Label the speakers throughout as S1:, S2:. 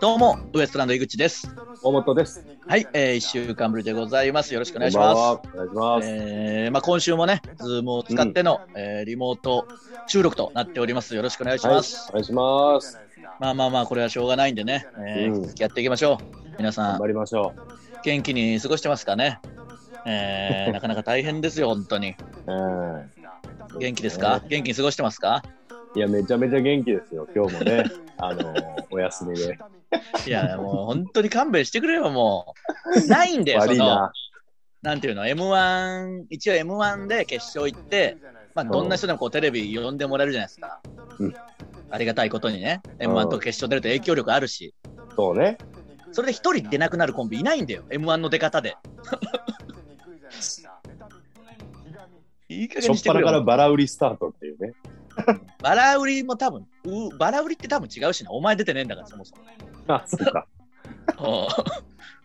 S1: どうも、ウエストランド井口です。
S2: 大本です。
S1: はい、えー、1週間ぶりでございます。よろしくお
S2: お
S1: 願いしま。
S2: お願いしますす。
S1: えーまあ、今週もね、ズームを使っての、えーリモート収録となっております。よろしくお願いし
S2: はい、
S1: ます。
S2: お願いします。
S1: まあまあまあ、これはしょうがないんでね、えー
S2: う
S1: 引
S2: ん
S1: き続きやっていきましょう。皆さ
S2: 頑張
S1: ん、
S2: りましょう。
S1: 元気に過ごしてますかね、 えーなかなか大変ですよ、本当に。
S2: うん
S1: 元気ですか、元気に過ごしてますか
S2: いや、めちゃめちゃ元気ですよ。今日もね、あのお休みで。
S1: いや、もう本当に勘弁してくれよ、もう。ないんだよ、そ
S2: 悪い
S1: の。
S2: な。
S1: なんていうの、M1、一応 M1 で決勝行って、まあ、どんな人でもこうテレビ呼んでもらえるじゃないですか。
S2: うん
S1: ありがたいことにね、
S2: ん
S1: M1 と決勝出ると影響力あるし、
S2: そうね。
S1: それで一人出なくなるコンビいないんだよ、M1 の出方で。いい加
S2: し
S1: 減
S2: ょ
S1: に
S2: っ
S1: して
S2: ぱ
S1: く
S2: な
S1: れ
S2: から
S1: よ。
S2: バラ売りスタートってい うね。
S1: バラ売りも多分、うバラ売りって多分違うしな、お前出てねえんだから、そもそも。
S2: あ、そうか。
S1: うん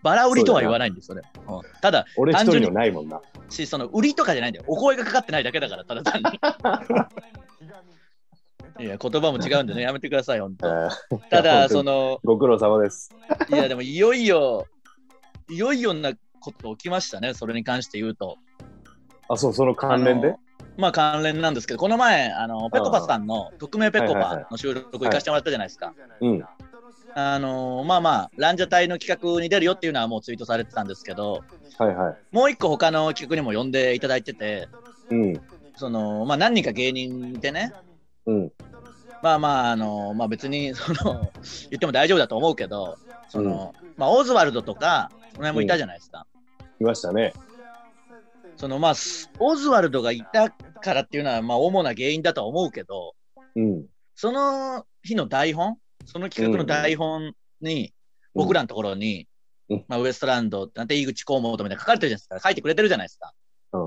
S1: バラ売りとは言わないんですよね。うんただ、
S2: 俺一
S1: 単
S2: 人
S1: 純に
S2: のないもんな。
S1: し、その売りとかじゃないんだよ。お声がかかってないだけだから、ただ単 に。いや、言葉も違うんでね、やめてください、本
S2: え
S1: 当。
S2: ー
S1: た
S2: いや
S1: だ、
S2: 本当に
S1: その、
S2: ご苦労様です。
S1: いや、でもいよいよ、いよいよなこと起きましたね、それに関して言うと。
S2: あ、そう、その関連
S1: あ
S2: で
S1: の。まあ関連なんですけど、この前、あのぺこぱさんの匿名ぺこ
S2: はいはい
S1: ぱ
S2: は
S1: の収録行かせてもらったじゃないですか。
S2: うん。
S1: あのまあまあ、ランジャタイの企画に出るよっていうのはもうツイートされてたんですけど、
S2: はいはい。
S1: もう一個他の企画にも呼んでいただいてて、
S2: うん。
S1: そのまあ何人か芸人でね、
S2: うん。
S1: まあまあ、あのまあ別にその 言っても大丈夫だと思うけど、そのまあオズワルドとか、その辺もいたじゃないですか。
S2: いましたね。
S1: そのまあ、すオズワルドがいたからっていうのは、まあ、主な原因だとは思うけど、
S2: うん。
S1: その日の台本、その企画の台本に、僕らのところに、
S2: うん
S1: まあ、ウエストランド、なんて井口河本みたいな書かれてるじゃないですか、書いてくれてるじゃないですか。
S2: うん。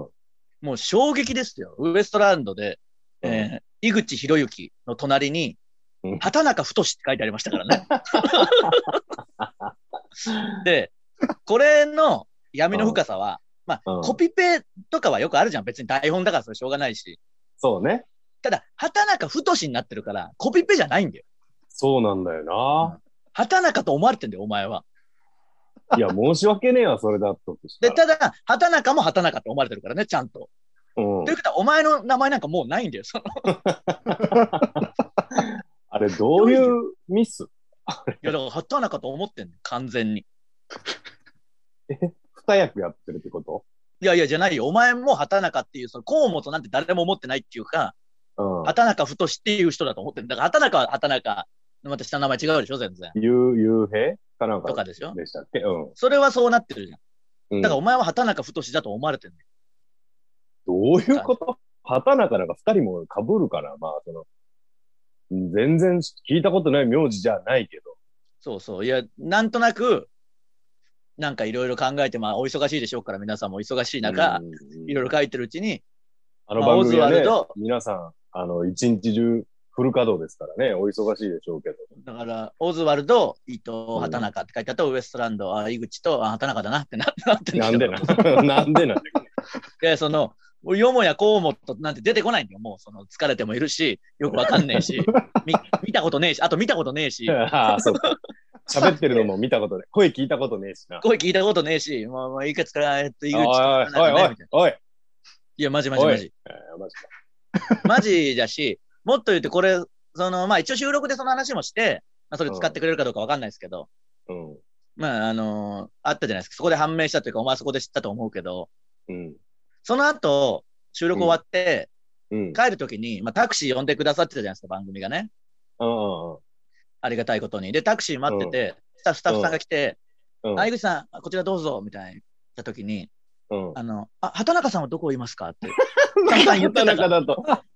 S1: もう衝撃ですよ。ウエストランドで、えー井口博之の隣に
S2: うん、
S1: 畑中太って書いてありましたからね。で、これの闇の深さは、まあ、
S2: うん
S1: コピペとかはよくあるじゃん。別に台本だからそれしょうがないし。
S2: そうね。
S1: ただ、畑中太になってるから、コピペじゃないんだよ。
S2: そうなんだよな。
S1: 畑中と思われてんだよ、お前は。
S2: いや、申し訳ねえわ、それだとした
S1: で、
S2: ら。
S1: ただ、畑中も畑中って思われてるからね、ちゃんと。
S2: うん
S1: ということは、お前の名前なんかもうないんだよ。 その
S2: あれ、どういうミス
S1: いや、だから畑中と思ってんの、完全に。
S2: 二役やってるってこと
S1: いやいや、じゃないよ。お前も畑中っていう、その河本なんて誰も思ってないっていうか、
S2: うん。
S1: 畑中太っていう人だと思ってる。だから畑中は畑中、また下の名前違うでしょ、全然。
S2: ゆう、ゆうへいかなんか。
S1: とかでしょ。
S2: でしたっけうん。
S1: それはそうなってるじゃん。
S2: うん
S1: だからお前は畑中太だと思われてる。
S2: どういうこと畑中なんか二人も被るから、まあ、その、全然聞いたことない名字じゃないけど。
S1: そうそう。いや、なんとなく、なんかいろいろ考えて、まあ、お忙しいでしょうから、皆さんもお忙しい中、
S2: うんうんうん
S1: いろいろ書いてるうちに、
S2: あの番組は
S1: まあオズワ
S2: ね
S1: ルド、
S2: 皆さん、あの、一日中フル稼働ですからね、お忙しいでしょ うけど。
S1: だから、オズワルド、伊藤
S2: う、ん
S1: 畑中って書いてあったウエストランド、あ井口と、あ畑中だなってなってなってんだ
S2: な
S1: け
S2: ん
S1: ど
S2: で ななんでなんだよ
S1: いや、その、よもやこうもっとなんて出てこないんだよ。もう、その、疲れてもいるし、よくわかんねえ し、み見たことねえし、あと見たことねえし、
S2: ああ、そう か。喋ってるのも見たことない。声聞いたことねえしな。
S1: 声聞いたことねえし、もう、もういくつから、えっと、井口
S2: おい
S1: と
S2: おい
S1: 畑
S2: お
S1: 中
S2: いお
S1: ね
S2: い
S1: みたいな
S2: おい。
S1: いや、マジマジマジ。
S2: えーマジか
S1: マジだし、もっと言って、これ、その、まあ、一応収録でその話もして、まあ、それ使ってくれるかどうかわかんないですけど、
S2: うん。
S1: まあ、あのあったじゃないですか。そこで判明したというか、お前はそこで知ったと思うけど、
S2: うん。
S1: その後、収録終わって、
S2: うん。
S1: 帰るときに、まあ、タクシー呼んでくださってたじゃないですか、番組がね。
S2: うん。
S1: ありがたいことに。で、タクシー待ってて、スタッフスタッフさんが来て、
S2: うん。
S1: あ、井口さん、こちらどうぞ、みたいな言ったときに、
S2: うん。
S1: あの、あ、畑中さんはどこいますかって。
S2: まだ
S1: 簡単に言って
S2: 畑
S1: たか
S2: 中だ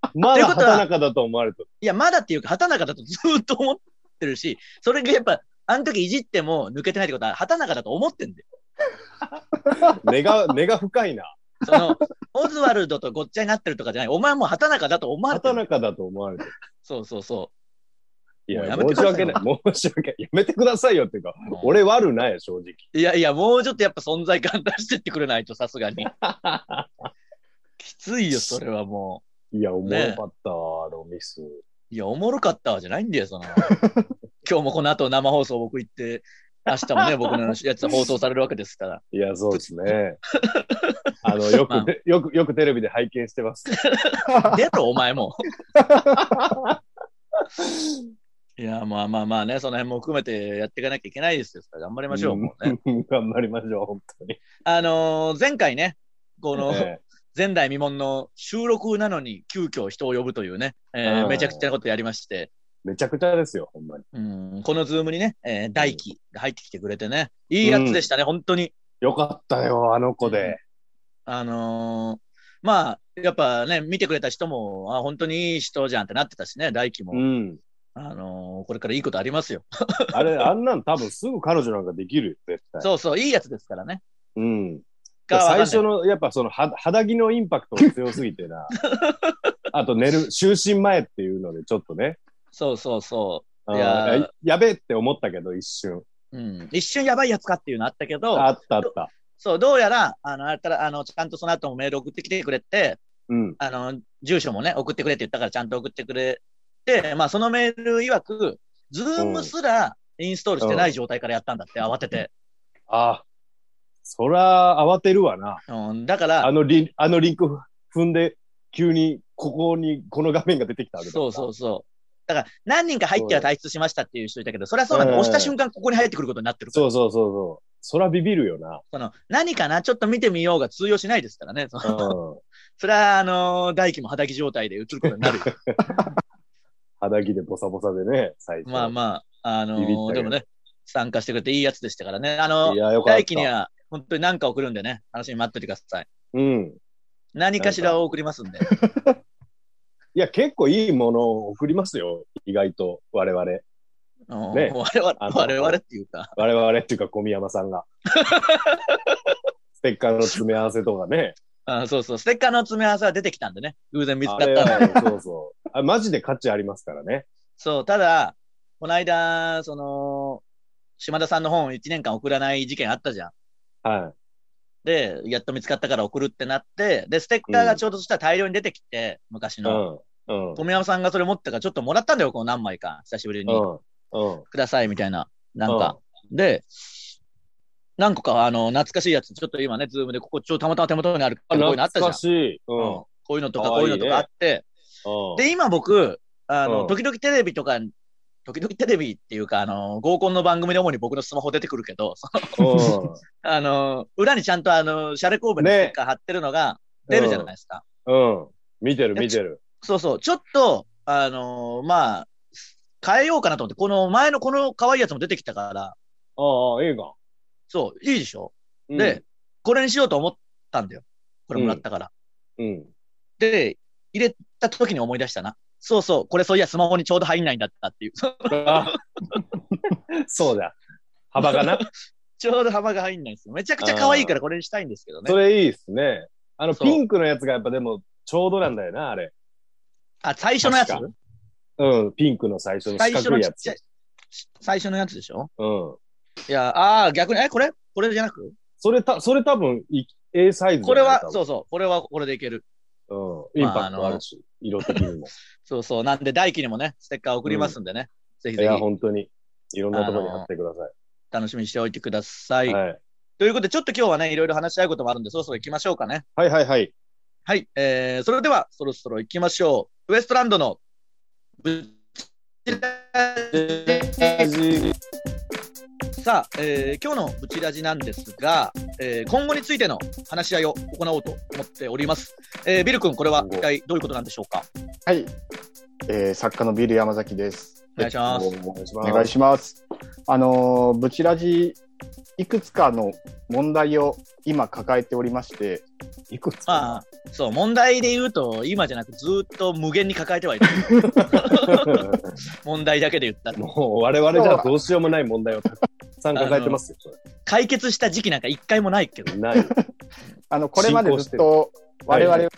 S2: と。まだ畑中だと思われてる。
S1: いや、まだっていうか、畑中だとずーっと思ってるし、それがやっぱ、あの時いじっても抜けてないってことは、畑中だと思ってんだよ。
S2: 根が、根が深いな。
S1: そ の、オズワルドとごっちゃになってるとかじゃない。お前もう畑中だと思われて
S2: 畑
S1: る。
S2: 中だと思われてる。
S1: そうそうそ
S2: いや、
S1: もうやめて
S2: 申
S1: く
S2: し
S1: ださい
S2: 訳
S1: よ
S2: ない。申し訳ない。やめてくださいよっていうか、
S1: う。
S2: 俺悪ないよ、正直。
S1: いやいや、もうちょっとやっぱ存在感出してってくれないと、さす がに。きついよ、それはも
S2: いや、おもろかったわ、あのミス。
S1: いや、おもろかったわじゃないんだよ、 その。今日もこの後生放送僕行って、明日 もね、僕のやつ放送されるわけですから。
S2: いや、そうで すね。あの、よ
S1: まあ
S2: くて、よく、よくテレビで拝見してます。
S1: 出ろ、お前も。 いや、まあまあまあね、その辺も含めてやっていかなきゃいけないですよ。頑張りましょう、もうね。
S2: うん。 頑張りましょう、本当に。
S1: あのー前回ね、この、
S2: え
S1: 前代未聞の収録なのに急遽人を呼ぶというね、えー
S2: うん
S1: めちゃくちゃなことやりまして、
S2: えめちゃくちゃですよ、ほんまに。
S1: うん、このズームにね、えー大輝が入ってきてくれてね、いいやつでしたね、本当に。
S2: よかったよ、あの子で。
S1: あのーまあ、やっぱね、見てくれた人も、あ、本当にいい人じゃんってなってたしね、大輝も。
S2: うん。
S1: あのーこれからいいことありますよ。
S2: あれ、あんなん多分すぐ彼女なんかできるよ、絶対。
S1: そうそう、いいやつですからね。
S2: うん。
S1: か
S2: 最初
S1: わ
S2: の、やっぱその、は肌着のインパクトが強すぎ てな。あと寝る、就寝前っていうので、ちょっとね。
S1: そうそうそ
S2: あー
S1: いやー
S2: ややべえって思ったけど、一瞬。
S1: う。うん、一瞬やばいやつかっていうのあったけど、
S2: あったあった。
S1: そう、どうやら、あの、あれから、あの、ちゃんとその後もメール送ってきてくれて、
S2: うん。
S1: あの、住所もね、送ってくれって言ったからちゃんと送ってくれて、まあそのメール曰く、ズームすらインストールしてない状態からやったんだって、慌てて。
S2: ああ。そら、慌てるわな。
S1: うん、だか
S2: あ
S1: ら、
S2: のリン、あのリンク踏んで、急に、ここに、この画面が出てきたわけだ。
S1: そうそううそう。だから、何人か入っては退出しましたっていう人いたけど、それはそうなんだ。
S2: うん
S1: 押した瞬間、ここに入ってくることになってるから。
S2: そうそうそうそう。そらビビるよな。
S1: その、何かな、ちょっと見てみようが通用しないですからね。その
S2: うん。
S1: それは、あのー大輝も肌着状態で映ることにな るよ。
S2: 肌着でボサボサでね、最初。
S1: まあまあ、あのー
S2: ビビったけど
S1: でもね、参加してくれていいやつでしたからね。あの
S2: いや、よかった。
S1: 大輝には、本当に何か送るんでね、楽しみに待っててください。
S2: うん。
S1: 何かしらを送ります んで。
S2: いや、結構いいものを送りますよ。意外と、我々。
S1: うん
S2: ね
S1: 我々、
S2: あの
S1: 我々っていうか、
S2: 我々っていうか、小宮山さんが。ステッカーの詰め合わせとかね。
S1: あそうそう、ステッカーの詰め合わせは出てきたんでね、偶然見つか
S2: あ
S1: ったん
S2: れ
S1: で。
S2: は、そうそう。あマジで価値ありますからね。
S1: そう、ただ、この間、その、島田さんの本を1年間送らない事件あったじゃん。
S2: は
S1: で、やっと見つかったから送るってなって、で、ステッカーがちょうどそしたら大量に出てきて、昔
S2: い。う
S1: の。
S2: ん。うん。
S1: 富山さんがそれ持ってたから、ちょっともらったんだよ、こう何枚か。久しぶりに。
S2: うん。うん。
S1: ください、みたいな。なんか。で、何個か、あの、懐かしいやつ、ちょっと今ね、ズームで、ここ、ちょうどたまたま手元にあるから、
S2: うん。
S1: こうい
S2: あ、
S1: うのあったじ
S2: 懐
S1: ゃん
S2: か。しい。う
S1: うん
S2: ん。
S1: こういうのとか、
S2: か
S1: こ
S2: わ
S1: う
S2: い
S1: い
S2: いうね
S1: のとかあって、で、今僕、あの、
S2: うん
S1: 時々テレビとか、時々テレビっていうか、あの、合コンの番組で主に僕のスマホ出てくるけど、その
S2: う
S1: あの、裏にちゃんとあの、シャレ神戸のス
S2: ね
S1: テッカー貼ってるのが出るじゃないですか。
S2: ん。うん。見てる見てる。
S1: そうそう、ちょっと、あの、まあ、変えようかなと思って、この前のこの可愛いやつも出てきたから、
S2: ああ、映画。
S1: そう、いいでしょ、
S2: うん
S1: で、、これにしようと思ったんだよ。これもらったから。
S2: うん。
S1: で、入れた時に思い出したな。そうそう、これそういやスマホにちょうど入んないんだったっていう。
S2: あそうだ。幅がな。
S1: ちょうど幅が入んないんですよ。めちゃくちゃ可愛いからこれにしたいんですけどね
S2: そ。れいいっすね。あの、
S1: そう
S2: ピンクのやつがやっぱでも、ちょうどなんだよな、あれ。
S1: あ、最初のやつ
S2: 確うん、ピンクの最初の
S1: 最
S2: 四
S1: 初
S2: 角
S1: の
S2: い
S1: ち
S2: や
S1: っちゃい
S2: つ。。
S1: 最初のやつでしょ
S2: うん。
S1: いや、ああ、逆に、え、これこれじゃなく
S2: それた、それ多分、い A サイズだよね。
S1: これは、
S2: 多
S1: そうそう、これはこれでいける。
S2: 分うん。インパクトあるし、色的 にも。
S1: そうそう、なんで大輝にもね、ステッカー送りますんでね。ぜひ
S2: い
S1: ぜ
S2: や、
S1: ひ
S2: 本当に。いろんなところに貼ってくださ
S1: 楽しみにしておいてください。
S2: い。はい。
S1: ということで、ちょっと今日はね、いろいろ話し合うこともあるんで、そろそろ行きましょうかね。
S2: はいはいはい。
S1: はい、えー、それではそろそろ行きましょう。ウエストランドのぶちラジさあ、えー今日のブチラジなんですが、えー今後についての話し合いを行おうと思っております。えービル君、これは一体どういうことなんでしょうか
S3: はい、えー作家のビル山崎です。
S1: お願いします
S3: えっ
S2: お願いし
S3: と
S2: ま
S3: お
S2: す。
S3: 願いします。あのーブチラジいくつかの問題を今抱えておりまして、
S2: いくつ
S1: まあ、そう、問題で言うと、今じゃなくずーっと無限に抱えて はいる。問題だけで言ったら。
S2: もう我々じゃどうしようもない問題をたくさん抱えてますよ。そ
S1: 解決した時期なんか一回もないけど
S2: れ。ない。
S3: あのこれまでずっと
S2: は
S3: 我
S2: い
S3: 々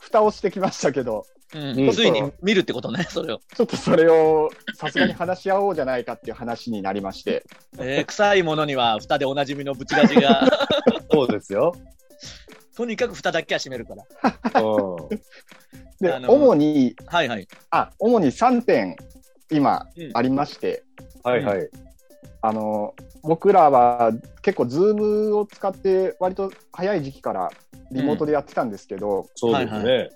S3: 蓋をしてきましたけど、
S1: うん、
S2: うん
S1: ついに見るってことね、それを。
S3: ちょっとそれをさすがに話し合おうじゃないかっていう話になりまして、
S1: えー臭いものには蓋でおなじみのブチラジが。
S2: そうですよ。
S1: とにかく蓋だけは閉めるから。
S2: うん
S3: で
S1: あ、の
S3: 主に、
S1: はいはい。
S3: あ、主に3点、今
S1: うん、
S3: ありまして、
S2: はいはい。
S3: あの、僕らは結構、ズームを使って、割と早い時期からリモートでやってたんですけど、
S2: そうですね。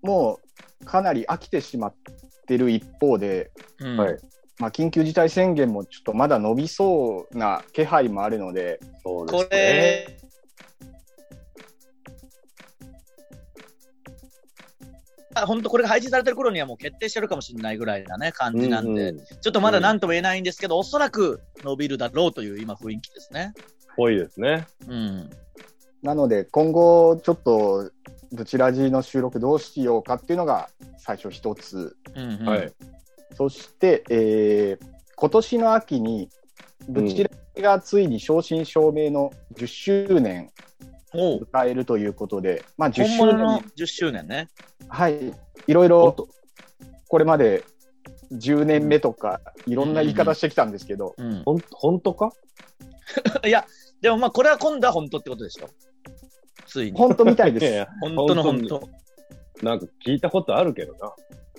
S3: もう、かなり飽きてしまってる一方で、
S1: うん
S2: はい
S3: まあ、緊急事態宣言もちょっとまだ伸びそうな気配もあるので、
S2: そうです
S1: こ
S2: ね。
S1: れ、あ本当これが配信されてる頃にはもう決定してるかもしれないぐらいなね感じなんで、
S2: うんうん
S1: ちょっとまだ何とも言えないんですけど、おそらく伸びるだろうという今雰囲気ですね。
S2: ぽいですね。
S1: うん。
S3: なので、今後、ちょっと、ブチラジの収録どうしようかっていうのが最初一つ。
S1: うんうん
S2: はい。
S3: そして、えー今年の秋に、ブチラジがついに正真正銘の10周年
S1: お
S3: を
S1: う
S3: 迎えるということで、まあ、10
S1: 本
S3: 周
S1: 物の
S3: 年、
S1: 10周年ね。
S3: はい、い
S2: お
S3: ろい
S2: っ
S3: ろ
S2: と
S3: これまで10年目とか、いろんな言い方してきたんですけど、
S1: うん、
S2: ほん、本当か
S1: いや、でもまあこれは今度は本当ってことでしょ。ついに。
S3: 本当みたい
S2: い
S3: です
S2: やい。や、
S1: 本当の本当。
S2: なんか聞いたことあるけどな。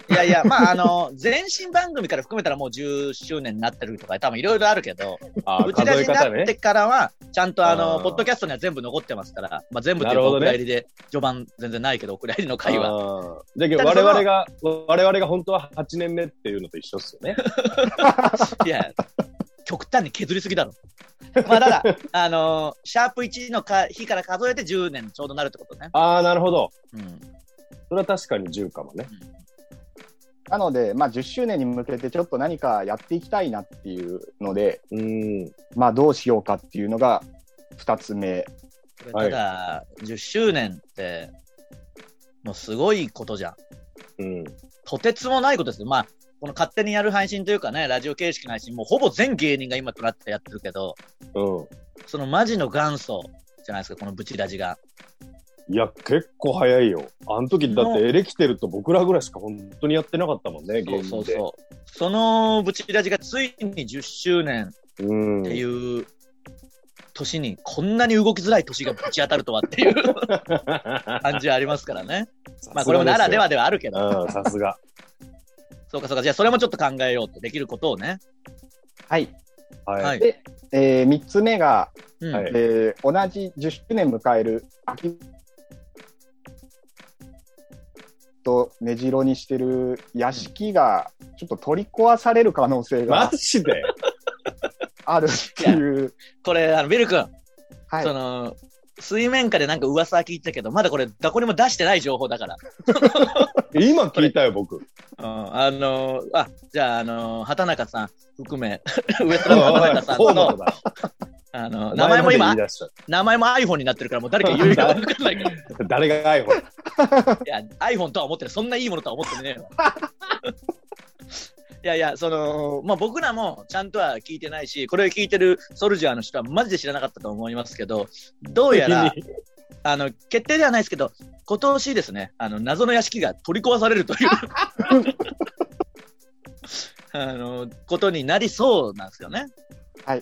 S1: いやいや、まあ、あの、前身番組から含めたらもう10周年になってるとか、多分いろいろあるけど、
S2: あ
S1: う
S2: あ、
S1: ち
S2: 数
S1: ら
S2: え
S1: にな
S2: 方
S1: って
S2: ね。
S1: からは、ちゃんとあの
S2: あー
S1: ポッドキャストには全部残ってますから、まあ、全部ってい
S2: な
S1: う
S2: る
S1: か、
S2: ほ
S1: お
S2: どね
S1: 蔵入りで、序盤全然ないけど、お蔵入りの会話。
S2: あーだけど
S1: ただ
S2: 我
S1: その
S2: 々が、我々が本当は8年目っていうのと一緒っすよね。
S1: いや、極端に削りすぎだろ。まあ、ただ、あのーシャープ1のか日から数えて10年ちょうどなるってことね。
S2: ああ、なるほど。
S1: うん。
S2: それは確かに10かもね。
S3: なので、まあ、10周年に向けてちょっと何かやっていきたいなっていうので、
S2: うん。
S3: まあ、どうしようかっていうのが2つ目。
S1: これただ、10周年って、もうすごいことじゃん。
S2: うん。
S1: とてつもないことですよ。まあ、この勝手にやる配信というかね、ラジオ形式の配信、もうほぼ全芸人が今となってやってるけど、
S2: う
S1: そのマジの元祖じゃないですか、このブチラジが。
S2: ん。いや、結構早いよ。あの時だってエレキテルと僕らぐらいしか本当にやってなかったもんね、
S1: そうそ
S2: 芸人
S1: う
S2: で。
S1: そう。そのブチラジがついに10周年
S2: うん
S1: っていう年に、こんなに動きづらい年がぶち当たるとはって いう感じはありますからね。 まあこれもならではではあるけど、
S2: うん、さすが。
S1: そうかそうか、じゃあそれもちょっと考えようと、できることをね。
S3: はい。
S2: はい。
S1: はい。
S3: でえー、3つ目が、
S1: うん
S2: はい
S3: えー同じ10周年迎える秋と根城にしてる屋敷がちょっと取り壊される可能性
S2: マ
S3: が
S2: ジで
S3: あるっていう、
S1: これ、あのビル君、
S3: はい
S1: そ、の、水面下でなんか噂は聞いてたけど、まだこれ、どこにも出してない情報だから。
S2: 今聞いた よ、僕。
S1: うん、あのーあ、じゃあ、あのー畑中さん含め、 ウエストランドの畑中さん
S2: 河
S1: の
S2: 本、だ
S1: あのー名前も
S2: おま
S1: 今
S2: で言い、出しちゃっ
S1: 名前も iPhone になってるから、もう誰か 言うか分かんないけど、い
S2: た誰が iPhone?
S1: や、iPhone とは思ってる、そんないいものとは思ってねえわ。 いやいや、その、まあ、僕らもちゃんとは聞いてないし、これを聞いてるソルジャーの人はマジで知らなかったと思いますけど、どうやら、あの、決定ではないですけど、今年ですね、あの、謎の屋敷が取り壊されるという、あの、ことになりそうなんですよね。
S2: あ、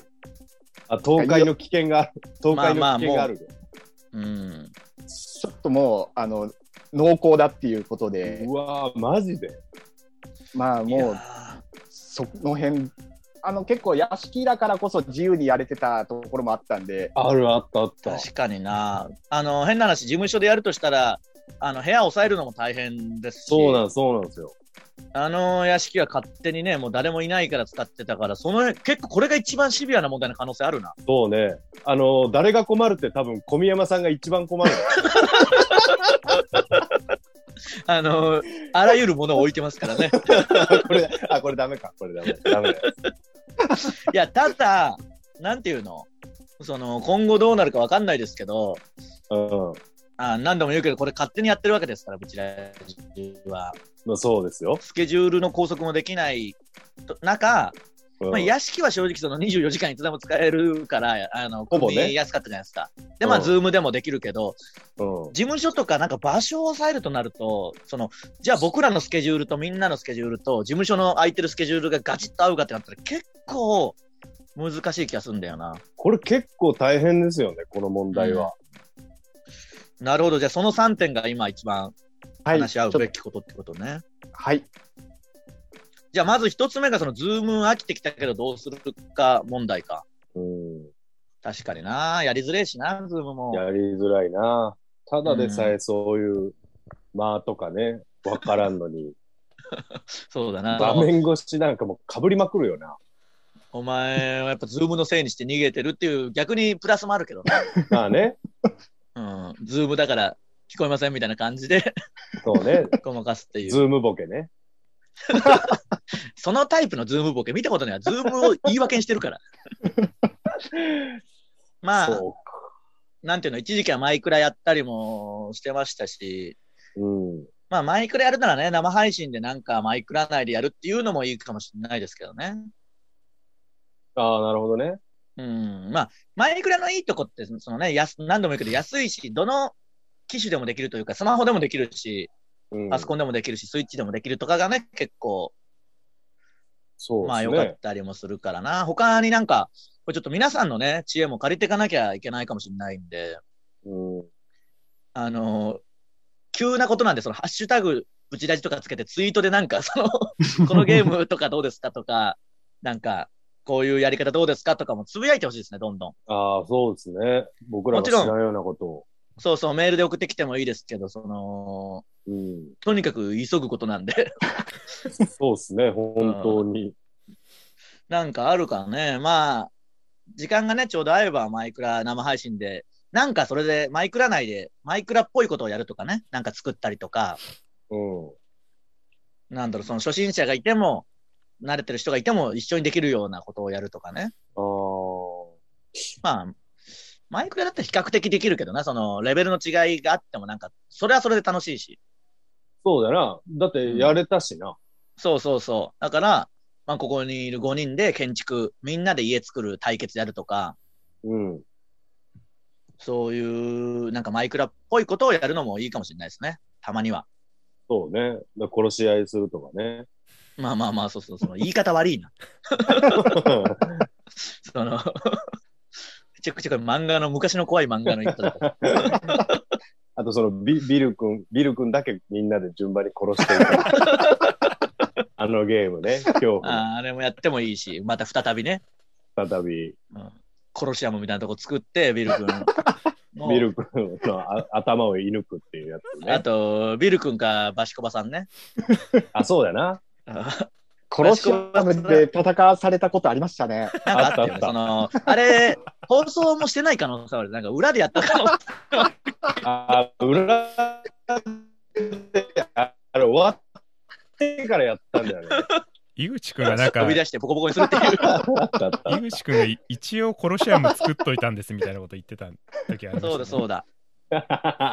S2: 倒壊の危険 がある。倒壊の危険がある。
S1: うん。
S3: ちょっともうあの濃厚だっていうことで、
S2: うわー、マジで
S3: まあ
S1: いや
S3: もうその辺あの結構屋敷だからこそ自由にやれてたところもあったんで、
S2: ある、あった、あっ
S1: ー
S2: た。
S1: 確かにな。あの、変な話、事務所でやるとしたら、あの、部屋を抑えるのも大変ですし、
S2: そうなん、そうなんですよ。
S1: あの屋敷は勝手にね、もう誰もいないから使ってたから、その、結構これが一番シビアな問題の可能性あるな。
S2: そうね。あのー、誰が困るって多分、小宮山さんが一番困る。
S1: あの、あらゆるものを置いてますからね。
S2: これ、あ、これダメか。これダメ。ダメだよ。
S1: いや、ただ、なんていうの、その今後どうなるかわかんないですけど、
S2: うん
S1: あ何度も言うけど、これ勝手にやってるわけですから、ブチラジは。
S2: まあ。そうですよ。
S1: スケジュールの拘束もできないと中、
S2: うん
S1: まあ、屋敷は正直その24時間いつでも使えるから、あの、
S2: ほぼね
S1: 組みやすかったじゃないですか。で、まあ、
S2: うん
S1: ズームでもできるけど、
S2: う
S1: 事
S2: ん
S1: 務所とかなんか場所を抑えるとなると、その、じゃあ僕らのスケジュールとみんなのスケジュールと、事務所の空いてるスケジュールがガチッと合うかってなったら、結構難しい気がするんだよな。
S2: これ結構大変ですよね、この問題は。
S1: なるほど、じゃあその3点が今一番
S3: はい。
S1: 話し合う
S3: ちょ
S1: べきことってことね。
S3: はい。
S1: じゃあ、まず一つ目が、その、ズーム飽きてきたけど、どうするか問題か。
S2: うん。
S1: 確かにな。やりづれえしな、ズームも。
S2: やりづらいな。ただでさえそういう間とかね、わからんのに、
S1: そうだな。
S2: 場面越しなんかもう被りまくるよな。
S1: お前はやっぱ、ズームのせいにして逃げてるっていう、逆にプラスもあるけどね。
S2: まあね、
S1: うん。ズームだから、聞こえませんみたいな感じ で、
S2: そうね、
S1: ごまかすってい
S2: ズ
S1: う。
S2: ームボケね。
S1: そのタイプのズームボケ、見たことない。ズームを言い訳にしてる から。まあ、
S2: そ
S1: なんていうの、一時期はマイクラやったりもしてましたし、
S2: う。うん。
S1: まあ、マイクラやるならね、生配信でなんかマイクラ内でやるっていうのもいいかもしれないですけどね。
S2: ああ、なるほどね。
S1: うん。まあ、マイクラのいいとこって、そのね、安何度も言うけど安いし、どの機種でもできるというか、スマホでもできるし、
S2: うん、
S1: パソコンでもできるし、スイッチでもできるとかがね、結構、
S2: そう
S1: ま
S2: で
S1: あ
S2: す
S1: 良
S2: ね。
S1: かったりもするからな。他になんか、これちょっと皆さんのね、知恵も借りていかなきゃいけないかもしれないんで、
S2: うん、
S1: あのー急なことなんで、そのハッシュタグ、ブチラジとかつけてツイートでなんか、 その、このゲームとかどうですかとか、なんか、こういうやり方どうですかとかもつぶやいてほしいですね、どんどん。
S2: ああ、そうですね。僕らが
S1: もち
S2: 知
S1: ろ
S2: ら
S1: ん
S2: ないようなことを。
S1: そうそう、メールで送ってきてもいいですけど、その、
S2: うん、
S1: とにかく急ぐことなんで、
S2: そうですね、本当に。
S1: なんかあるかね、まあ、時間がね、ちょうど合えばマイクラ生配信で、なんかそれでマイクラ内で、マイクラっぽいことをやるとかね、なんか作ったりとか、
S2: うん。
S1: なんだろう、その初心者がいても、慣れてる人がいても一緒にできるようなことをやるとかね。
S2: ああ、
S1: まあ、マイクラだったら比較的できるけどな、そのレベルの違いがあってもなんか、それはそれで楽しいし。
S2: そうだな。だって、やれたしな。
S1: そうそうそう。だから、まあ、ここにいる5人で建築、みんなで家作る対決やるとか、
S2: うん。
S1: そういう、なんかマイクラっぽいことをやるのもいいかもしれないですね。たまには。
S2: そうね。だ殺し合いするとか ね。
S1: まあまあまあ、そうそう、その言い方悪いな。その、めちゃくちゃこれ漫画の、昔の怖い漫画の言い方だから
S2: あと、そのビ、ビル君、ビル君だけみんなで順番に殺してる。 あのゲームね。恐怖
S1: あーあれもやってもいいし、また再びね、
S2: の再び、
S1: うん、コロシアムみたいなとこ作って、ビル君の。
S2: ビル君のあ頭を射抜くっていうやつ
S1: あ
S2: ね。
S1: と、ビル君かバシコバさんね。
S2: あ、そうだな。
S1: あ
S3: 殺し合うで戦わされたことありまし たね。
S1: なんかあったよ
S2: あ
S1: ね。
S2: ったあ
S1: その、あれ、放送もしてない可能性はある。なんか裏でやった可能性。
S2: あ、裏で、ああれ終わってからやったんだ よね。
S4: 井口くんがなんか
S1: 飛び、出してボコボコにするっていう。
S2: あったあった。
S4: 井口くんがい一応殺し屋も作っといたんですみたいなこと言ってた時ありましたね、
S1: そうだそうだ。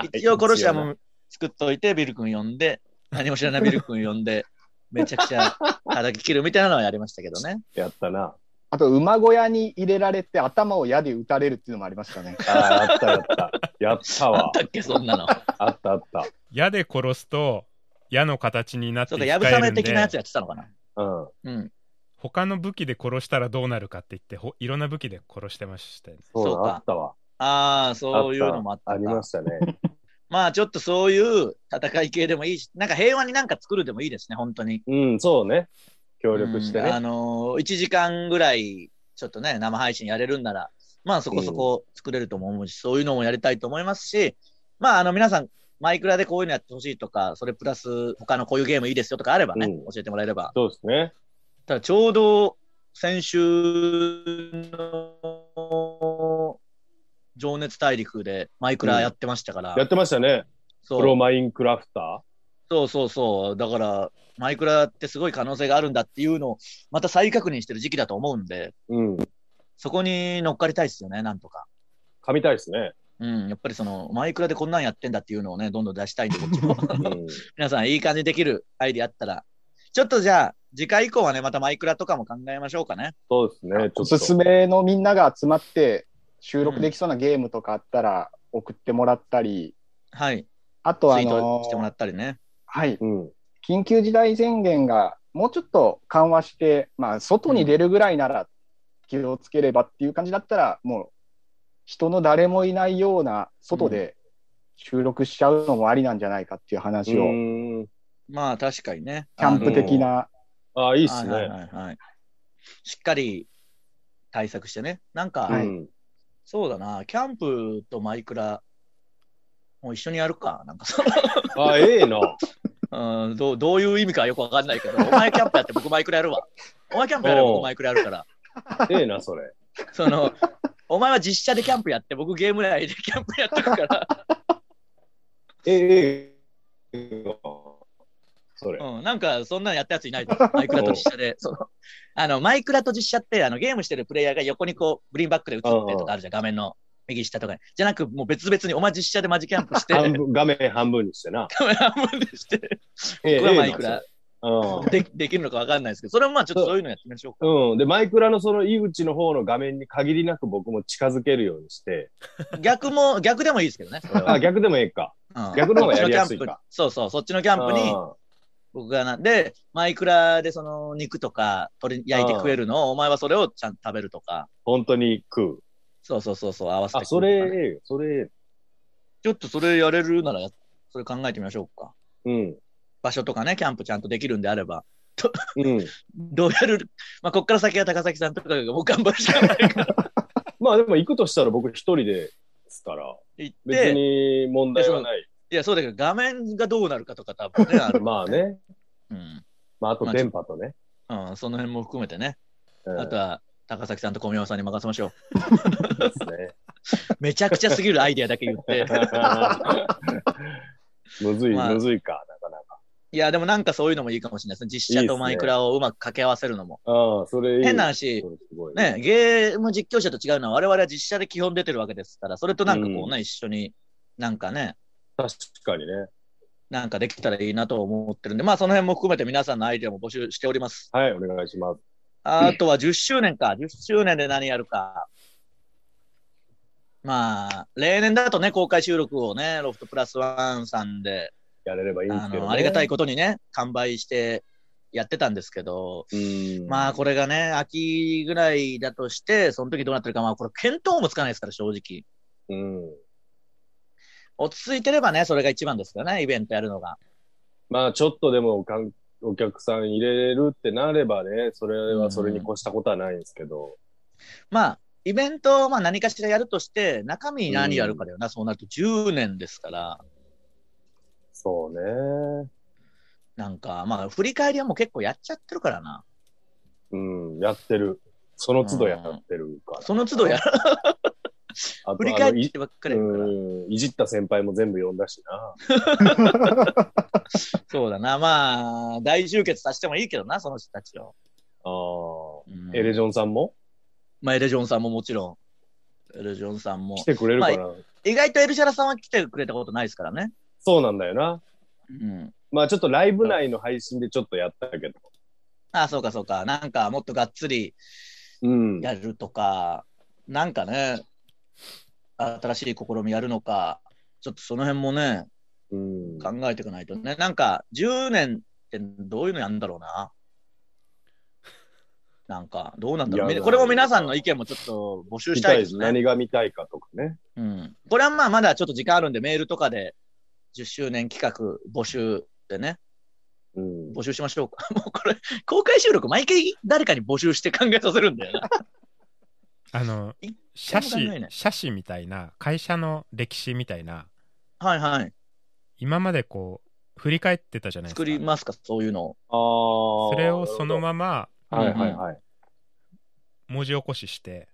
S1: 一
S2: 一
S1: 応コロシアム作っといて、ビル君呼んで、何も知らないビル君呼んで、めちゃくちゃ叩き切るみたいなのはやりましたけどね。
S2: やったな。
S3: あと、馬小屋に入れられて頭を矢で撃たれるっていうのもあり ましたね。
S2: ああ、あったやった。やった
S1: あっ
S2: わ。
S1: たっけ、そんなの。
S2: あったあった。
S4: 矢で殺すと、矢の形になって
S1: そう
S4: 生き
S1: か、や
S4: 返
S1: ぶさ
S4: る
S1: め
S4: んで
S1: 的なやつやってたのかな。
S2: うん。
S1: うん。
S4: 他の武器で殺したらどうなるかって言って、ほいろんな武器で殺してましたよね。
S2: そう
S1: そうか
S2: だ、あったわ。
S1: ああ、そういうのもあった
S2: あ
S1: か
S2: りましたね。
S1: まあちょっとそういう戦い系でもいいし、なんか平和になんか作るでもいいですね、本当に。
S2: うん、そうね。協力して
S1: うんあ
S2: ね。
S1: のー、1時間ぐらい、ちょっとね、生配信やれるんなら、まあそこそこ作れるとも思うし、そういうのもやりたいと思いますし、まああの皆さん、マイクラでこういうのやってほしいとか、それプラス他のこういうゲームいいですよとかあればね、
S2: うん
S1: 教えてもらえれば。
S2: そうですね。
S1: ただちょうど先週の情熱大陸でマイクラやってましたから、
S2: やってましたね。
S1: そ
S2: プ
S1: う
S2: ロマインクラフタ
S1: そうそうそう。だから、マイクラってすごい可能性があるんだっていうのを、また再確認してる時期だと思うんで、
S2: ー。うん。
S1: そこに乗っかりたいですよね、なんとか。
S2: 噛みたいですね。
S1: うん、やっぱりその、マイクラでこんなんやってんだっていうのをね、どんどん出したいんで、こっち も。
S2: うん。
S1: 皆さん、いい感じにできるアイディアあったら。ちょっとじゃあ、次回以降はね、またマイクラとかも考えましょうかね。
S2: そうですね。ちょっと。
S3: おすすめのみんなが集まって収録できそうなゲームとかあったら送ってもらったり、
S1: はい。
S3: あ
S1: ツイ
S3: とあ
S1: ート
S3: の
S1: してもらったりね。
S3: はい、
S2: うん。
S3: 緊急事態宣言がもうちょっと緩和して、まあ、外に出るぐらいなら気をつければっていう感じだったら、もう人の誰もいないような外で収録しちゃうのもありなんじゃないかっていう話を、キ
S2: ん。
S1: まあ確かにね。
S3: ャンプ的な、
S2: ああ、いいっ
S1: あ
S2: す
S1: のはい
S2: ね。
S1: はいはい。しっかり対策してね。なんか、
S3: はい
S2: うん
S1: そうだな、キャンプとマイクラ、もう一緒にやるか。なんかそ
S2: あ、ええな。
S1: の、うん、どうどういう意味かよくわかんないけ ど、お前キャンプやって僕マイクラやるわ。お前キャンプやれば
S2: おう
S1: 僕マイクラやるから。
S2: ええな、それ。
S1: その、お前は実写でキャンプやって、僕ゲーム内でキャンプやっとくから。
S2: ええええそれ。
S1: うん、なんか、そんなのやったやついないと思う。マイクラと実写で。その、あの、マイクラと実写って、あの、ゲームしてるプレイヤーが横にこう、グリーンバックで映ってとかあるじゃん、画面の右下とかに。じゃなく、もう別々に、お前実写でマジキャンプして、
S2: 半分、画面半分にしてな。
S1: カメラ半分でして、
S2: ええ
S1: 僕はマイクラ、
S2: ええなそれ
S1: でできるのかわかんないですけど、それもまあちょっとそういうのやってみましょうか。
S2: うん。うん。で、マイクラのその井口の方の画面に限りなく僕も近づけるようにして。
S1: 逆も、逆でもいいですけどね。それは
S2: あ、逆でもええか。
S1: うん
S2: 逆の方がやりやすい
S1: そっちのキャン
S2: か
S1: プそうそう、そっちのキャンプに、僕がなんで、マイクラでその肉とか鶏焼いて食えるのを、お前はそれをちゃんと食べるとか、
S2: 本当に食う。
S1: そうそうそうそう、合わせて
S2: あ、
S1: 食
S2: そう
S1: とか
S2: れ
S1: ね、
S2: ええよ。それえ
S1: ちょっとそれやれるならや、それ考えてみましょうか。
S2: え。うん。
S1: 場所とかね、キャンプちゃんとできるんであれば、
S2: うん。
S1: どうやる、まあ、こっから先は高崎さんとかがもう頑張るしかないから。
S2: まあでも行くとしたら僕一人ですから、
S1: 行っ
S2: 別
S1: て、
S2: に問題はない。
S1: いや、そうだけど、画面がどうなるかとか多分ね、ある
S2: まあ。ね。
S1: うん。
S2: まああと電波とね。
S1: うん、その辺も含めてね。
S2: うん
S1: あとは、高崎さんと小宮山さんに任せましょう。
S2: ですね。
S1: めちゃくちゃすぎるアイデアだけ言って。
S2: むずい、
S1: まあ
S2: むずいか、なかなか。
S1: いや、でもなんかそういうのもいいかもしれないですね。実写とマイクラをうまく掛け合わせるのも。
S2: ああ、それいい。
S1: 変な
S2: そ
S1: 話、
S2: れすごい。
S1: ね、ゲーム実況者と違うのは、我々は実写で基本出てるわけですから、それとなんかこうね、一緒に、なんかね、
S2: 確かにね。
S1: なんかできたらいいなと思ってるんで、まあその辺も含めて皆さんのアイデアも募集しております。
S2: はい、お願いします。
S1: あとは10周年か、10周年で何やるか。まあ、例年だとね、公開収録をね、ロフトプラスワンさんで、
S2: やれればいいんです
S1: あ
S2: けど、ね。
S1: の、ありがたいことにね、完売してやってたんですけど、
S2: うん。
S1: まあこれがね、秋ぐらいだとして、その時どうなってるか、まあこれ見当もつかないですから、正直。
S2: うん。
S1: 落ち着いてればね、それが一番ですからね、イベントやるのが。
S2: まあ、ちょっとでもおかんお客さん入れるってなればね、それはそれに越したことはないんですけど。
S1: まあ、イベントをまあ何かしらやるとして、中身何やるかだよな、そうなると10年ですから、
S2: そうね。
S1: なんか、まあ、振り返りはもう結構やっちゃってるからな。
S2: うん、やってる。その都度やってるから。
S1: その都度やる、
S2: あと
S1: 振り返
S2: あの
S1: っ
S2: い
S1: てばっかりやるから。
S2: うんいじった先輩も全部呼んだしな。
S1: そうだな、まあ、大集結させてもいいけどな、その人たちを。
S2: ああ、
S1: うん
S2: エレジョンさんも
S1: まあ、エレジョンさんももちろん。エレジョンさんも
S2: 来。てくれるかな。
S1: 意外とエルシャラさんは来てくれたことないですからね。
S2: そうなんだよな。
S1: うん。
S2: まあちょっとライブ内の配信でちょっとやったけど。
S1: ああ、そうかそうか。なんか、もっとがっつり
S2: うん。
S1: やるとか、なんかね、新しい試みやるのか、ちょっとその辺もね、
S2: うん、
S1: 考えていかないとね。なんか、10年ってどういうのやんだろうな。なんか、どうなんだろう。
S2: いや
S1: これも皆さんの意見もちょっと募集
S2: 見
S1: した
S2: たい
S1: い
S2: で
S1: ですすね。
S2: 何が見たいかとかね。
S1: うん。これはまあ、まだちょっと時間あるんで、メールとかで10周年企画募集でね、
S2: うん。
S1: 募集しましょうか。 もうこれ、公開収録、毎回誰かに募集して考えさせるんだよな。
S4: あの
S1: 一
S4: 写
S1: 考えない
S4: 真
S1: ね
S4: 写真みたいな会社の歴史みたいな
S1: はいはい。
S4: 今までこう振り返ってたじゃないです
S1: 作
S4: か
S1: りますか、そういうのを。
S2: ああ。
S4: それをそのまま
S2: はいはいはい。
S4: 文字起こしして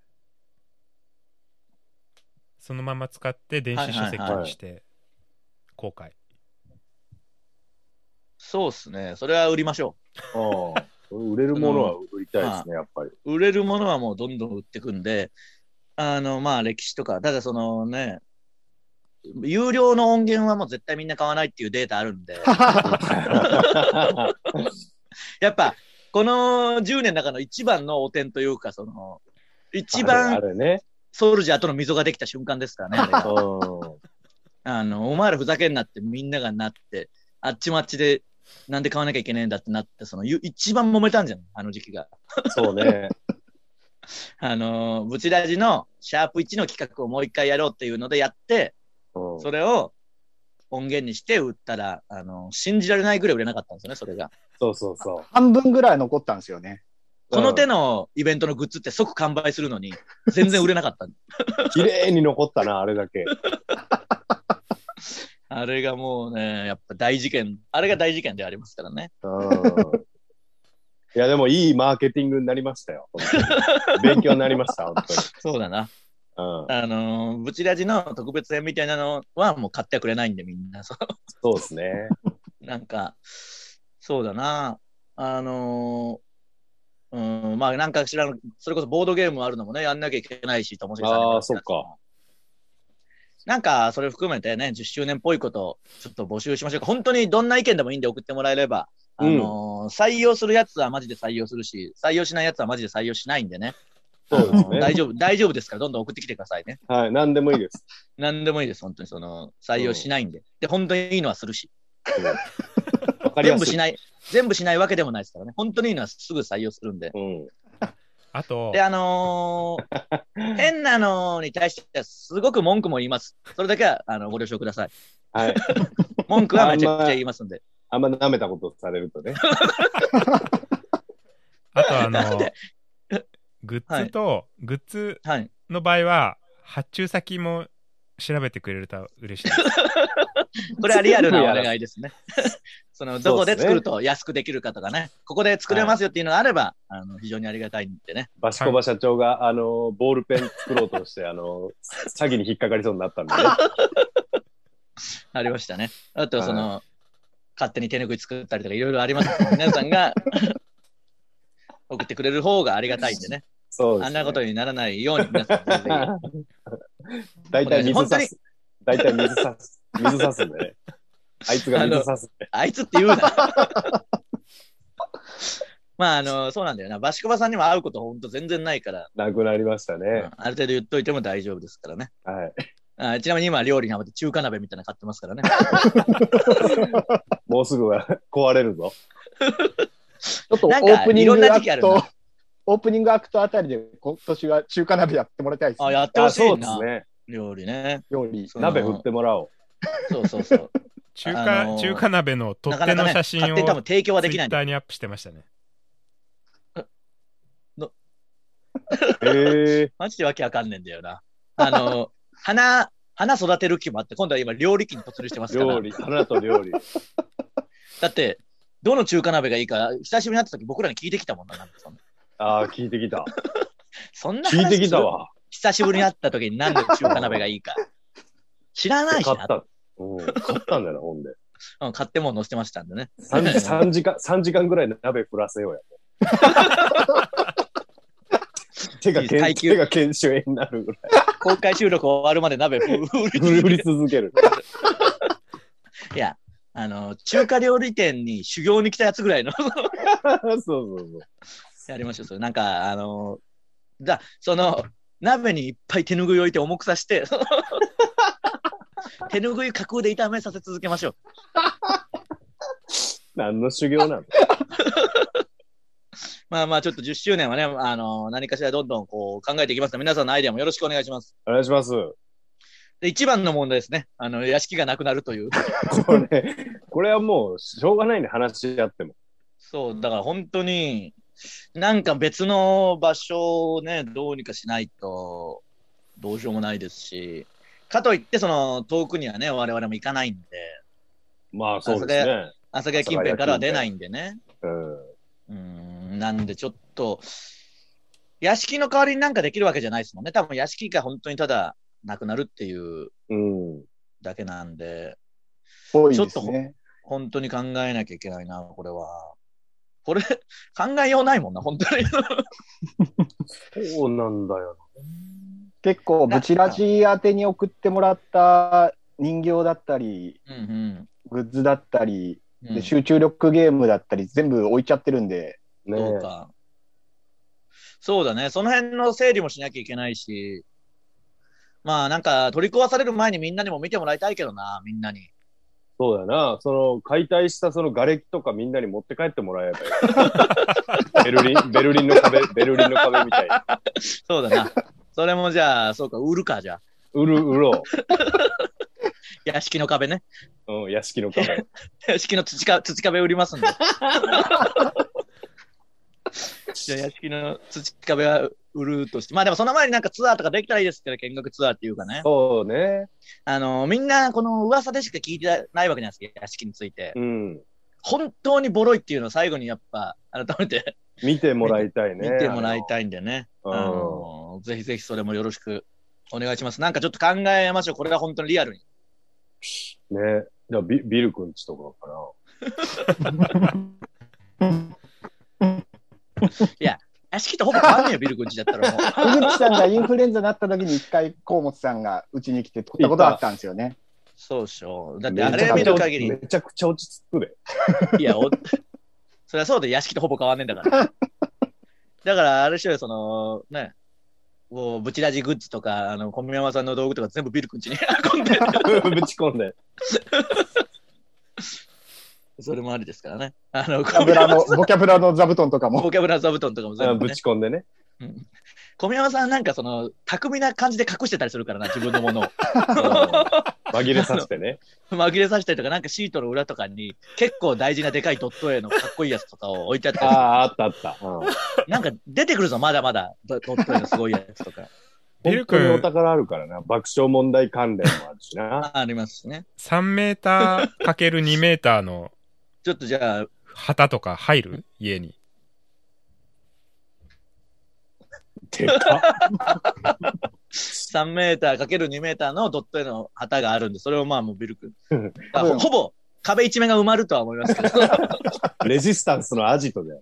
S4: そのまま使って電子書籍
S1: はいはい
S2: はい
S4: にして公開
S1: そうっすね。それは売りましょう。
S2: ああ。売れるものは売りたいですね、やっぱり。
S1: 売れるものはもうどんどん売ってくんで、あの、まあ歴史とか、ただそのね、有料の音源はもう絶対みんな買わないっていうデータあるん で、やっぱこの10年の中の一番の汚点というか、その、一
S2: あ
S1: 番
S2: れね。
S1: ソウルジャーとの溝ができた瞬間ですからねあれ
S2: う
S1: が、
S2: ん。
S1: あの、お前らふざけんなってみんながなって、あっちもあっちで、なんで買わなきゃいけねえんだってなって、その、ゆ一番揉めたんじゃん、あの時期が。
S2: そうね。
S1: あのブチラジのシャープ1の企画をもう一回やろうっていうのでやって、
S2: うん
S1: それを音源にして売ったら、あの、信じられないぐらい売れなかったんですよね、それが。
S2: そうそうそう。
S3: 半分ぐらい残ったんですよね。
S1: この手のイベントのグッズって即完売するのに、全然売れなかった。
S2: 綺麗に残ったな、あれだけ。
S1: あれがもうね、やっぱ大事件、あれが大事件でありますからね。
S2: うん。いや、でもいいマーケティングになりましたよ。本当に勉強になりました、本
S1: そうだな。
S2: 当に。う ん。
S1: あのー、ブチラジの特別編みたいなのはもう買ってはくれないんで、みんな。 そ
S2: そうですね。
S1: うなんか、そうだな。あのー、うん、まあなんか知らん、それこそボードゲームあるのもね、やんなきゃいけないし、ともしげさんにも
S2: あーそっか。
S1: なんか、それ含めてね、10周年っぽいこと、ちょっと募集しましょうか。本当にどんな意見でもいいんで送ってもらえれば、あのー採用するやつはマジで採用するし、採用しないやつはマジで採用しないんでね。
S2: そうです
S1: 大
S2: ね。
S1: 丈夫、大丈夫ですから、どんどん送ってきてくださいね。
S2: はい、何でもいい です。
S1: 何でもいいです、本当に。その、採用しないんで。で、本当にいいのはするし。
S2: わかり
S1: 全
S2: や
S1: 部
S2: す
S1: し
S2: い。
S1: ない、全部しないわけでもないですからね。本当にいいのはすぐ採用するんで。
S2: うん。
S4: あと
S1: で、、あのー 変なのに対して、すごく文句も言います。それだけは、あの、ご了承ください。
S2: はい。
S1: 文句はめちゃくちゃ言いますんで。
S2: あんま舐めたことされる とね。
S4: あとあ
S1: なん
S4: の
S1: で、
S4: グッズと、グッズ
S1: はい。
S4: の場合は、発注先も調べてくれると嬉しいです。
S1: これはリアルなお
S2: 全部やら
S1: 願いですね。 その、どこで作ると安くできるかとかね、ここで作れますよっていうのがあれば、あの、非常にありがたいんでね。
S2: バシコバ社長が、あの、ボールペン作ろうとして、あの、詐欺に引っかかりそうにな ったんでね。
S1: ありましたね。あと、その、勝手に手ぬぐい作ったりとかいろいろありますけど、皆さんが 送ってくれる方がありがたいんでね。
S2: そうです、ね。
S1: あんなことにならないように皆さんぜひぜひ、
S2: 大体
S1: 本
S2: 水
S1: 当
S2: さ
S1: に
S2: す。大体水さす。水さすんで ね。あいつが水さすんで。
S1: あいつって言うな。 まあ、あの、そうなんだよな。バシコバさんにも会うこと本当全然ないから、
S2: なくなりました
S1: うん
S2: ね。
S1: ある程度言っといても大丈夫ですからね。
S2: はい。
S1: あちなみに今、料理にハマって中華鍋みたいなの買ってますからね。
S2: もうすぐは 壊れるぞ。
S3: ちょっとオ
S1: なんか
S3: ープニングア
S1: いろんな時期あ
S3: ク
S1: るな
S3: ト、オープニングアクトあたりで今年は中華鍋やってもらいたいで す、
S1: あ、
S3: ね。
S1: やってほ
S2: あ、
S1: しいな。
S2: そうですね。
S1: 料理ね。
S3: 料理。
S1: その
S2: 鍋振ってもらおう。
S1: そうそう そう。
S4: 中華、
S1: あのー
S4: 中華鍋の
S1: な
S4: 取っ
S1: か
S4: 手
S1: なか
S4: の
S1: ね、
S4: 写
S1: 勝
S4: 真
S1: 手に
S4: を
S1: 多分提供はで
S4: ツイ
S1: きない
S4: ッ
S1: んだ
S4: ターにアップしてましたね。
S2: へえ。
S1: マジでわけわかんねえんだよな。あの、花、花育てる気もあって、今度は今料理機に突入してますか
S2: 料
S1: ら。
S2: 理、花と料理。
S1: だって、どの中華鍋がいいか、久しぶりになった時僕らに聞いてきたもんな。なんかそんな
S2: ああ、聞いてきた。
S1: そんな話
S2: 聞いてきたわ。
S1: 久しぶりに会った時に何の中華鍋がいいか。知らないし
S2: 買
S1: な
S2: っ。た。うん、買ったんだよな、ほんで。
S1: うん、買ってもう載せてましたんでね。
S2: 3, 3時間、三時間ぐらい鍋振らせようや。 手が
S1: いい
S2: けん
S1: 耐久
S2: 手が研修炎になるぐら
S1: 公開収録終わるまで鍋ふ
S2: い。振
S1: り
S2: り続ける。
S1: いや、あの、中華料理店に修行に来たやつぐらいの
S2: そうそうそう。
S1: やりましょう。それなんか、あの、だ、その、鍋にいっぱい手ぬぐい置いて重くさして、 その手ぬぐい架空で炒めさせ続けましょう。
S2: 何の修行なの
S1: まあまあ、ちょっと10周年はね、あの、何かしらどんどんこう考えていきますので、皆さんのアイデアもよろしくお願いします。
S2: お願いします。
S1: で、一番の問題ですね。あの、屋敷がなくなるという。
S2: これ、これはもう、しょうがないね、話し合っても。
S1: そう、だから本当に、なんか別の場所をね、どうにかしないと、どうしようもないですし、かといって、その、遠くにはね、我々も行かないんで、
S2: まあ、そうですね。
S1: 朝霞近辺からは出ないんでね。
S2: うん。
S1: うーん、なんでちょっと、屋敷の代わりになんかできるわけじゃないですもんね。多分屋敷が本当にただ、なくなるっていう
S2: うん。
S1: だけなんで、
S3: 多いで
S1: ちょ
S3: す
S1: っと
S3: ね。
S1: 本当に考えなきゃいけないな、これは。これ、 考えようないもんな、本当に。
S2: そうなんだよ
S3: 結構、ブチラジ宛てに送ってもらった人形だったり、
S1: うんうん
S3: グッズだったり、
S1: うん。
S3: で集中力ゲームだったり、全部置いちゃってるんで、
S2: な。
S1: そう
S2: ね
S1: か。そうだね。その辺の整理もしなきゃいけないし、まあなんか取り壊される前にみんなにも見てもらいたいけどな、みんなに。
S2: そうだな。その、解体したその瓦礫とかみんなに持って帰ってもらえば いいベルリン、ベルリンの壁、ベルリンの壁みたいに。
S1: そうだな。それもじゃあ、そうか、売るか、じゃあ。
S2: うる、うろ
S1: 屋敷の壁ね。
S2: うん、屋敷の壁。
S1: 屋敷の土か土壁売りますん で。じゃあ屋敷の土壁は売るとして。まあでもその前になんかツアーとかできたらいいですけど、見学ツアーっていうかね。
S2: そうね。
S1: あの、みんなこの噂でしか聞いてないわけじゃないですか、屋敷について。
S2: うん。
S1: 本当にボロいっていうのを最後にやっぱ、改めて
S2: 見てもらいたいね。
S1: 見てもらい
S2: い。
S1: たいんでね。
S2: うん
S1: あのぜひぜひそれもよろしくお願いします。なんかちょっと考えましょう。これは本当にリアルに。
S2: ね。じゃあビ、ビルくんちとかかな。
S1: 屋敷とほぼ変わんねえよ、ビル君ちだったらもう。
S3: 井口さんがインフルエンザになった時に一回、河本さんがうちに来て撮ったことがあったんです よね。
S1: そうでしょ。だってあれ見る限り
S2: め、ちゃくちゃ落ち着く
S1: い
S2: で。
S1: や、おそりゃそうで屋敷とほぼ変わんねえんだから。だから、ある種、その、ね、もう、ブチラジグッズとか、あの、小宮山さんの道具とか全部ビル君ちに 運んで、
S2: ぶち込んで。
S1: それもありですからね。あの、
S3: ボキャ
S1: 小
S3: ブ
S1: 宮
S3: ラの
S1: 山、
S3: ボキャブラの座布団とかも。
S1: ボキャブラ座布団とかも
S2: あ
S1: 全部、
S2: ぶ
S1: ね。
S2: ち込んでね。
S1: 小宮山さんなんかその、巧みな感じで隠してたりするからな、自分のものを。
S2: うん紛れさせ てね。
S1: 紛れさせたりとか、なんかシートの裏とかに、結構大事なでかいドット絵のかっこいいやつとかを置いてあった
S2: あ
S1: りする
S2: あ、あったあった。うん
S1: なんか出てくるぞ、まだまだ。ドドット絵のすごいやつとか。
S4: ビ
S2: 本
S4: ル
S2: 当
S4: 君
S2: にお宝あるからな。爆笑問題関連もある しな。
S1: ありますしね。
S4: 3メーター ×2 メーターの
S1: ちょっとじゃあ、
S4: 旗とか入る家に。
S2: でか
S1: 3メーターかける2メーターのドット絵の旗があるんで、それをまあもうビル 君
S2: うん。
S1: まあほほぼ壁一面が埋まるとは思いますけど、
S2: っレジスタンスのアジトで。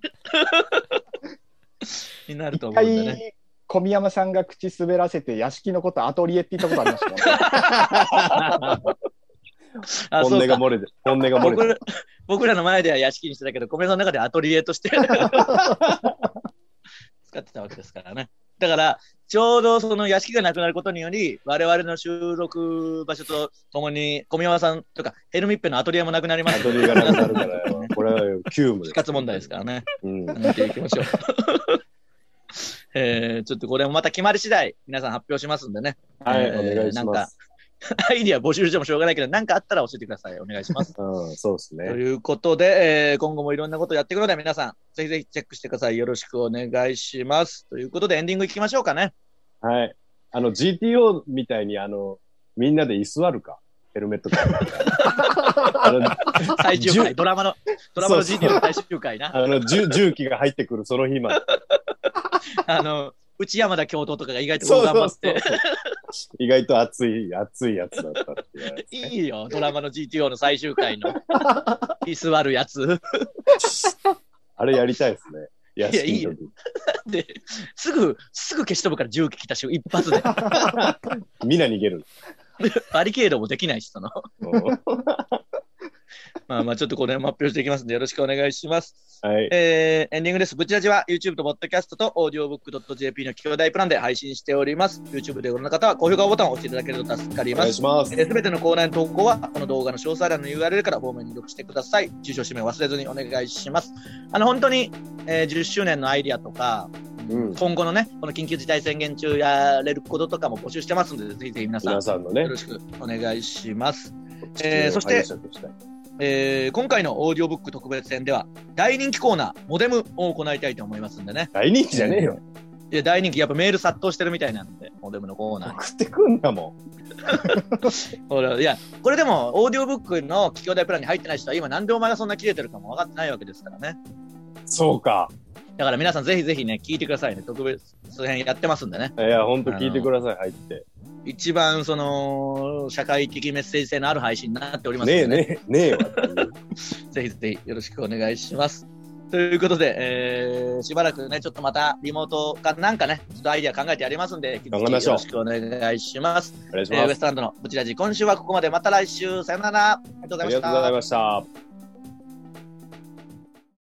S1: になると
S3: 一
S1: 思うんでね。
S3: 回、小宮山さんが口滑らせて、屋敷のことアトリエって言ったことありまし
S1: あ、
S3: たもんね。
S2: 本
S1: そ
S2: 音
S1: う
S2: が
S1: か。
S2: 漏れて、本音が漏
S1: 僕
S2: れて。
S1: ら僕らの前では屋敷にしてたけど、米さんの中ではアトリエとして 使ってたわけですからね。だから、ちょうどその屋敷がなくなることにより、我々の収録場所とともに、小宮山さんとか、ヘルミッペのアトリエもなくなりま
S2: ア
S1: す
S2: ドリーがなくな るから、これは急務
S1: 死
S2: です。
S1: 活問題ですからね。
S2: うん。
S1: 見ていきましょう。 えー、ちょっとこれもまた決まり次第、皆さん発表しますんでね。
S2: はい、
S1: えー
S2: お願いし
S1: なん
S2: ま
S1: か
S2: す。
S1: アイディア募集してもしょうがないけど、何かあったら教えてください。お願いします。
S2: うん、そうです
S1: と
S2: ね。
S1: いうことで、えー今後もいろんなことやっていくので、皆さん、ぜひぜひチェックしてください。よろしくお願いします。ということで、エンディングいきましょうかね。
S2: はい。あの、GTO みたいに、あの、みんなで居座るか。ヘルメットかぶ って。あの、
S1: 最終
S2: じゅ
S1: 回、ドラマの、ドラマの
S2: そう
S1: GT の最終回な。
S2: あの重重機が入ってくるその日まで。
S1: あの、内山田教頭とかが意外と
S2: そう
S1: 頑
S2: そ
S1: 張
S2: う
S1: っ
S2: そう
S1: て。。
S2: 意外と熱い、熱いやつだったっていうね。
S1: いいよ、ドラマの GTO の最終回 の、居座るやつ。
S2: あれやりたいですね。屋
S1: いやいい
S2: 敷
S1: よ
S2: の時。
S1: で、すぐ、すぐ消し飛ぶから銃器来たし、一発で。
S2: みんな逃げる。
S1: バリケードもできないし、その。
S2: うんは
S1: まあまあ、ちょっとこれも発表していきますんで、よろしくお願いします。
S2: い。
S1: えー、エンディングです。ブチラジは YouTube と Podcast と audiobook.jp の企業大プランで配信しております。YouTube でご覧の方は高評価ボタンを押していただけると助かり
S2: お
S1: ま
S2: 願い
S1: す
S2: し。ます。
S1: すべ、えー全てのコーナーの投稿は、この動画の詳細欄の URL から方面に入力してください。住所氏名忘れずにお願いします。あの、本当に、えー10周年のアイディアとか、
S2: うん
S1: 今後のね、この緊急事態宣言中やれることとかも募集してますので、ぜひぜひ皆さん
S2: 皆、さんのね
S1: よろ、しくお願いします。
S2: え
S1: えーそして
S2: したい
S1: えー今回のオーディオブック特別展では、大人気コーナー、モデムを行いたいと思いますんでね。
S2: 大人気じゃねえよ。
S1: いや、大人気、やっぱメール殺到してるみたいなんで、モデムのコーナ
S2: 送ってくんだもん。
S1: ー。ほらいや、これでも、オーディオブックの企業大プランに入ってない人は、今、なんでお前がそんな切れてるかも分かってないわけですからね。
S2: そうか。
S1: だから皆さん、ぜひぜひね、聞いてくださいね。特別編やってますんでね。
S2: いや、ほんと聞いてください、入って。
S1: 一番、その、社会的メッセージ性のある配信になっておりますんで
S2: ねえねえ、ねえわ。
S1: ぜひぜひよろしくお願いします。ということで、えー、しばらくね、ちょっとまたリモートかなんかね、ちょっとアイディア考えてやりますんで、引き
S2: 考
S1: 続
S2: えま
S1: き
S2: しょ
S1: よろ
S2: う
S1: しくお願いします。
S2: お願いし
S1: えー
S2: ま
S1: ウエス
S2: す。
S1: トランドのブチラジ、今週はここまで。また来週、さよなら。ありがとうご
S2: あ
S1: ざいま
S2: り
S1: し
S2: がとうござ
S1: た
S2: い。ました。